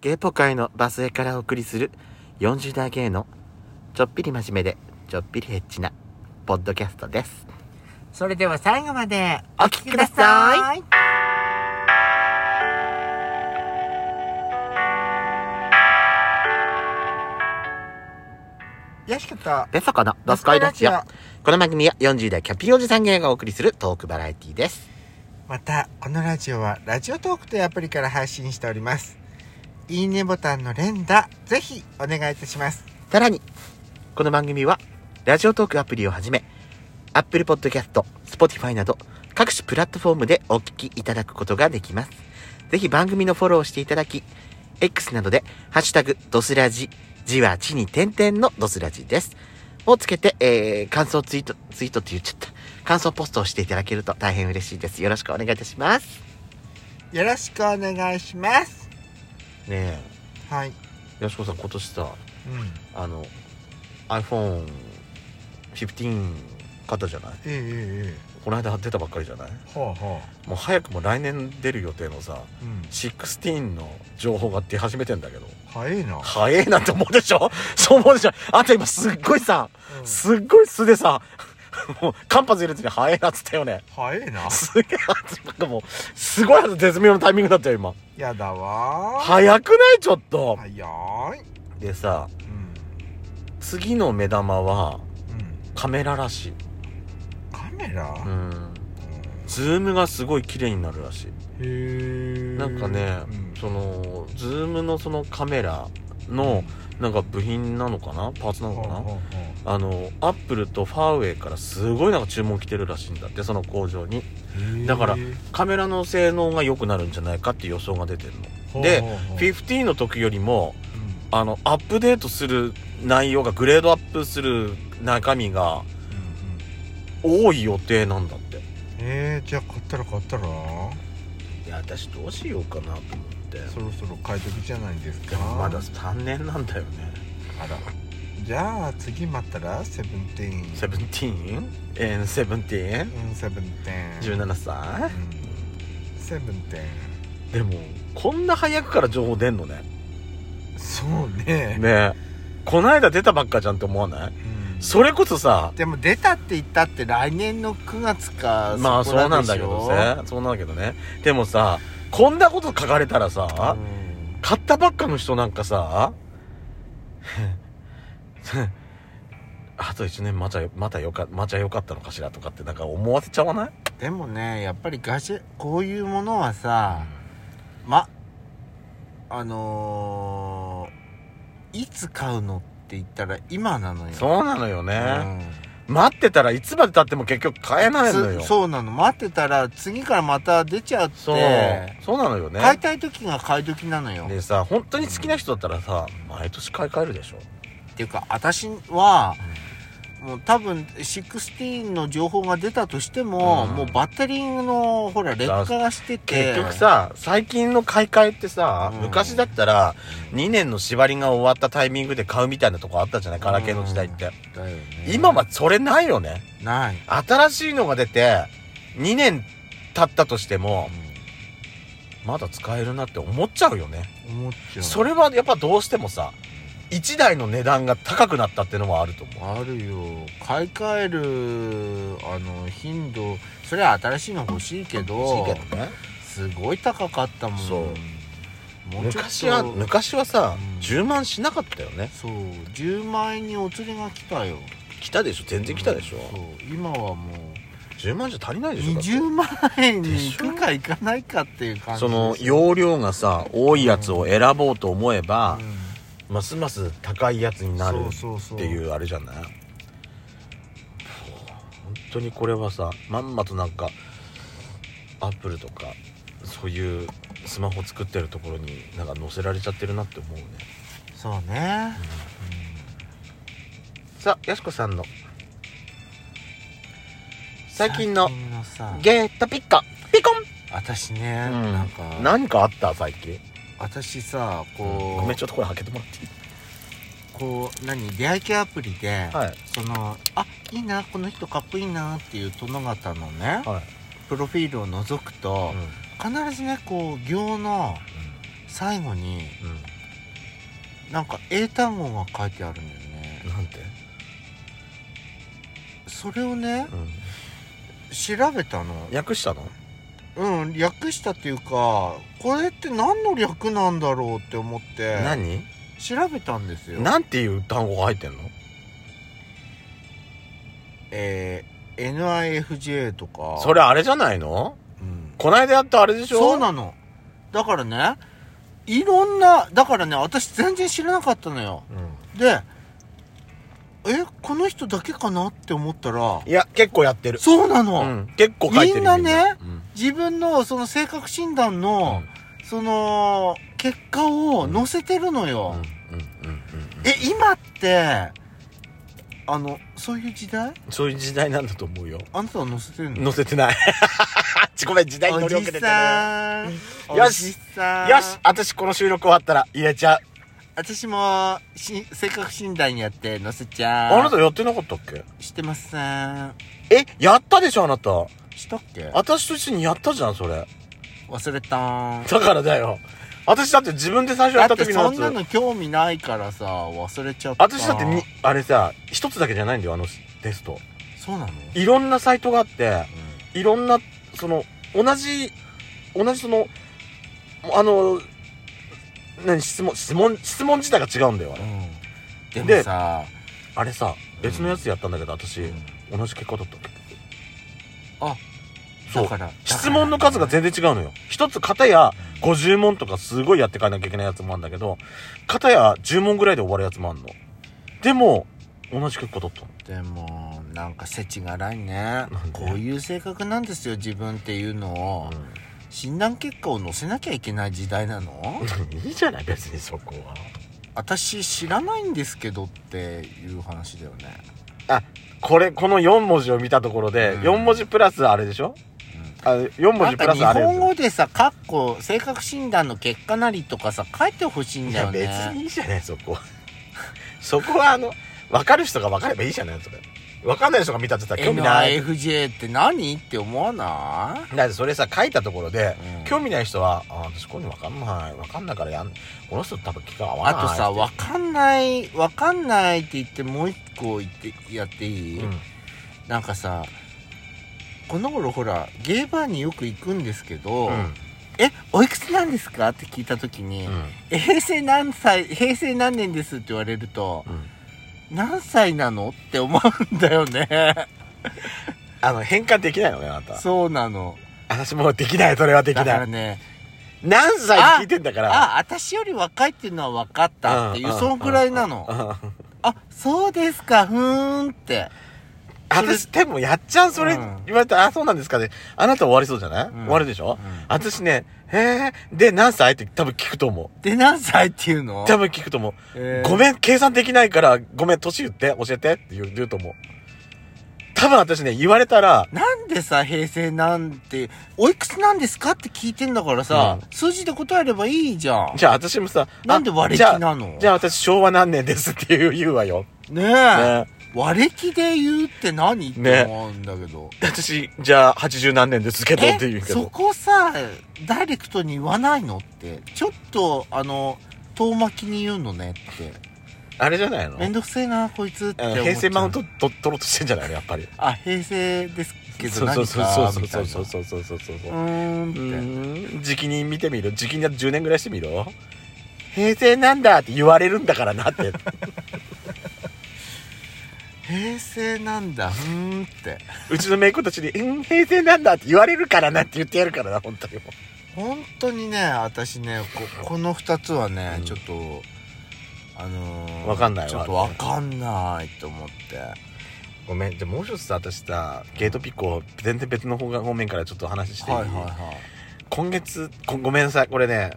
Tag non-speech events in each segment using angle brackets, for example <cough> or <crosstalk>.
ゲポ界のバスへからお送りする40代芸のちょっぴり真面目でちょっぴりエッチなポッドキャストです。それでは最後までお聞きください。い。よしこと。ペソコのドスコイラジオドスコイラ。この番組は40代キャピーおじさん芸がお送りするトークバラエティです。また、このラジオはラジオトークというアプリから配信しております。いいねボタンの連打、ぜひお願いいたします。さらに、この番組は、ラジオトークアプリをはじめ、Apple Podcast、Spotify など、各種プラットフォームでお聞きいただくことができます。ぜひ番組のフォローをしていただき、X などで、ハッシュタグ、ドスラジ、字は地に点々のドスラジです。をつけて、えー、感想ツイート、ツイートって言っちゃった。感想ポストをしていただけると大変嬉しいです。よろしくお願いいたします。よろしくお願いします。ねはい。え、よしこさん今年さ、うん。あの、iPhone15 買ったじゃないえええこの間出たばっかりじゃないえ。ほうほもう早くも来年出る予定のさう。うん。 16の情報が出始めてんだけど早いな。早えなって思うでしょそう思うでしょあんた今すっごいさうんすっごい素でさもう間髪入れずに早えなっつったよね早いな。すげえなんかもうすごい絶妙なタイミングだったよ今やだわー。早くないちょっと早い。でさうん。次の目玉はうん。カメラらしいカメラ、うんズームがすごい綺麗になるらしいへーなんかね、うんそのズームのそのカメラのなんか部品なのかなパーツなのかなほうほうほあのアップルとファーウェイからすごいなんか注文来てるらしいんだってその工場にうへーだからカメラの性能が良くなるんじゃないかっていう予想が出てるほのうでほうほう50の時よりもうんあのアップデートする内容がグレードアップする中身がうんうん多い予定なんだってえー、じゃあ買ったら買ったらいや私どうしようかなと思ってそろそろ買い時じゃないですでかもまだ3年なんだよねあらじゃあ次待ったらセブンティーンセブンティーンえー、セブンティうんセブンティーーンン17歳うんセブンティーでもこんな早くから情報出んのねンそうねねえこないだ出たばっかじゃんって思わないうんそれこそさでも出たって言ったって来年の9月かまあそそこらうなんだけでしょどねそうなんだけどねでもさこんなこと書かれたらさ、うん買ったばっかの人なんかさ <laughs> あと1年またまたよかまたよかったのかしらとかってなんか思わせちゃわないでもねやっぱりガジェこういうものはさ、まあのーいつ買うのって言ったら今なのよそうなのよね、うん待ってたらいつまで経っても結局買えないのよつそうなの待ってたら次からまた出ちゃってそう、そうなのよね買いたい時が買い時なのよ、っでさ本当に好きな人だったらさ毎年買い替えるでしょていうか私は、もう多分16の情報が出たとしても、うんもうバッテリーのほら劣化がしてて結局さ最近の買い替えってさ、うん昔だったら2年の縛りが終わったタイミングで買うみたいなとこあったじゃないガラケーの時代って、だよね今はそれないよねない、新しいのが出て2年経ったとしてもまだ使えるなって思っちゃうよね思っちゃうそれはやっぱどうしてもさ1台の値段が高くなったってのはあると思うあるよ買い替えるあの頻度それは新しいの欲しいけど欲しいけどねすごい高かったもんそうもうちょっと昔は昔はさ、うん10万しなかったよねそう10万円にお釣りが来たよ来たでしょ全然来たでしょ、そう今はも10万じゃ足りないうでしょだって20万円に行くか行かないかっていう感じその容量がさ多いやつを選ぼうと思えば、うますます高いやつにんなるそうそうそうっていうあれじゃないそう本当にこれはさまんまとなんかアップルとかそういうスマホ作ってるところになんか載せられちゃってるなって思うねそうね、さあやしこさんの最近の最近のさゲートピッカピコン、私ね、なんか何かあった最近私さこうごめんちょっとこれ開けてもらっていいこう何出会い系アプリで、はいそのあいいなこの人かっこいいなっていう殿方のねはい、プロフィールを覗くと、必ずねこう行の最後にうなんか英単語が書いてあるんだよねんなんてそれをねう調べたのん訳したのうん略したっていうかこれって何の略なんだろうって思って何調べたんですよなんていう単語が入ってんのえー NIFJ とかそれあれじゃないのうんこないだやったあれでしょそうなのだからねいろんなだからね私全然知らなかったのようんでえこの人だけかなって思ったらいや結構やってるそうなの、うん結構書いてるみんなねうん自分のその性格診断の、その結果を載せてるのうんうよ、んうんうんえ今ってあのそういう時代そういう時代なんだと思うよあなたは載せてるの載せてない <laughs> ちごめん時代に乗おり遅れてじるさんよしおじさんよし私この収録終わったら入れちゃう私もし性格診断やって載せちゃうあなたやってなかったっけ知ってますさえやったでしょあなたしたっけ私と一緒にやったじゃんそれ忘れたーんだからだよ私だって自分で最初やだったって時のやそつんなの興味ないからさ忘れちゃった私だってにあれさ一つだけじゃないんだよあのテストそうなの、うん、いろんなサイトがあっていろんなその同じ同じそのあの何質問質問質問自体が違うんだよあれうん、ででもさ、あれさ別のやつやったんだけど私、うん同じ結果だったっけあそうだから質問の数が全然違うのよ一つ片や50問とかすごいやっていかなきゃいけないやつもあるんだけど片や10問ぐらいで終わるやつもあるのでも同じ結果だったのでもなんか世知がいねんでこういう性格なんですよ自分っていうのを、診断結果を載せなきゃいけない時代なのいいじゃない別にそこは私知らないんですけどっていう話だよね、これこの4文字を見たところで、うん4文字プラスあれでしょうんあ4文な字プんかラス日あれ本語でさ、かっこ、性格診断の結果なりとかさ、書いてほしいんいだよやね。別にいいじゃないそこはそこはあの分かる人が分かればいいじゃないそれ分かんない人が見たって言ったら興味ない NIFJ って何って思わなだってそれさ書いたところでい、、うん興味ない人は「あ私こういうの分かんない分かんないからやんこの人と多分気が合わあない」とさ、わわかんない、わかんないって言ってもう一個言って、やっていい、なんかさ、この頃ほら、ゲーバーによく行くんですけど、うんえ、おいくつなんですかって聞いた時に、うんえ平成何歳、平成何年ですって言われると、うん何歳なのって思うんだよね。あの変換できないのねあなたそうなの。私もうできないそれはできだかならいね、何歳って聞いてんだからあ、私より若いっていうのは分かったっていう、んそのくらいなのう。んうんうんあ、そうですか、ふーんって。私でもやっちゃうそれうん言われたら「あそうなんですか」であなた終わりそうじゃない、ん終わるでしょ、うん私ね「へえ」で何歳って多分聞くと思うで、何歳っていうの多分聞くと思う、えーごめん計算できないからごめん年言って教えてって言う言うと思う多分私ね言われたらなんでさ、平成なんて、おいくつなんですかって聞いてんだからさ、う数字で答えればいいじゃん。じゃあ私もさ、あなんで割じゃあ歴なのじゃあ私昭和何年ですっていう言うわよ。ねえ、ね。割歴で言うって何って思うんだけど。私、じゃあ80何年ですけどって言うけそど。こさ、ダイレクトに言わないのって。ちょっと、あの、遠巻きに言うのねって。あれじゃないのめんどくせえな、こいつってうん思っちゃう。平成マウントと取ろうとしてんじゃないのやっぱり。あ、平成ですけどそう何そかうそうそうみたそいうなそうそうそうそうそうそうう。ーんっうて、ーん。時期に見てみろ。時期に10年ぐらいしてみろ。平成なんだって言われるんだからな <laughs> って。平成なんだ、うーんって。うちの姪っ子たちに、うん、平成なんだって言われるからなって言ってやるからな、本当にも本当にね、私ね、ここの二つはね、うんちょっと、あのー、わかんないわちょっとわかんないと思って。う。ごめん。じゃあもう一つさ、私さ、ゲートピッコ、全然別の方が方面からちょっと話していい、はいはいは今月こごめんなさいこれね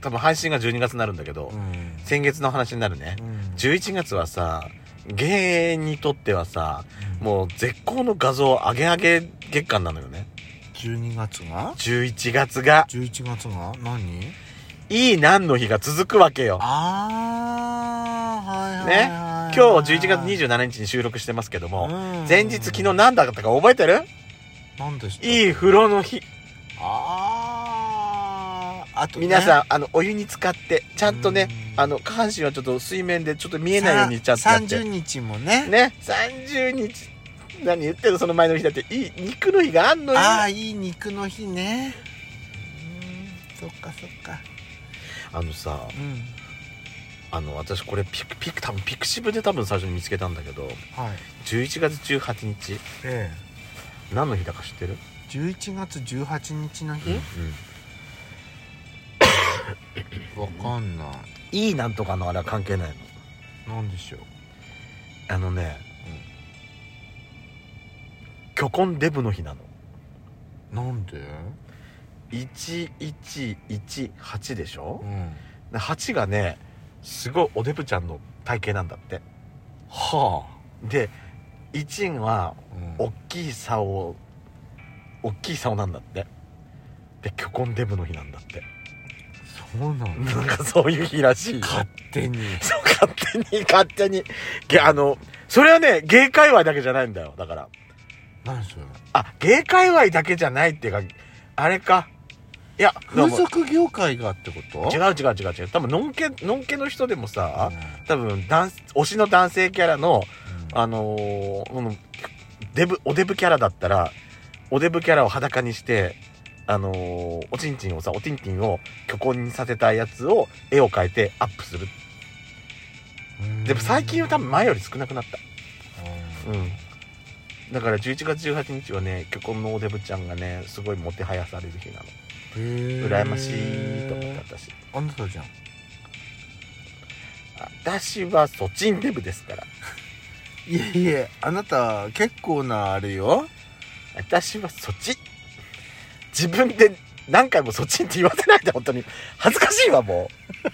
多分配信が12月になるんだけど、い。うん。先月の話になるねうん11月はさ芸にとってはさもう絶好の画像上げ上げ月間なのよね12月が11月が ?11 月が何いい何の日が続くわけよあー、はいはいねはい、今日11月27日に収録してますけどもも前日昨日何だったか覚えてる何でしたいい風呂の日あーあとね、皆さんあのお湯に浸かってちゃんとねうんあの下半身はちょっと水面でちょっと見えないようにちゃんとやっさ30て日もねね30日何言ってるのその前の日だっていい肉の日があんのよあああいい肉の日ねうんそっかそっかのさうんあの私これピクピク多分ピクシブで多分最初に見つけたんだけどはい11月18日え何の日だか知ってる、え11月18日の日わかんないいいなんとかのあれは関係ないのなんでしょうあのね、巨根デブの日なのなんで1118でしょう、んで8がねすごいおデブちゃんの体型なんだってはで1はあ、うん大きい竿大きい竿なんだってで巨根デブの日なんだってそうなんだなんかそういう日らしいよ勝手にそう勝手に勝手にげあのそれはね芸界隈だけじゃないんだよだから何それあ芸界隈だけじゃないっていうかあれかいやどう風も俗業界がってこと違う違う違う違う多分のんけのんけの人でもさ、うん多分男推しの男性キャラのうんあのーうんデブおデブキャラだったらおデブキャラを裸にしてあのーおちんちんをさおちんちんを虚根にさせたやつを絵を描いてアップするうんでも最近は多分前より少なくなったうんうんだから11月18日はね巨根のおデブちゃんがねすごいもてはやされる日なのへえ羨ましいと思った私あんたじゃん私はソチンデブですからいえいえあなた結構なあれよ私はソチ自分で何回もソチンって言わせないで本当に恥ずかしいわもう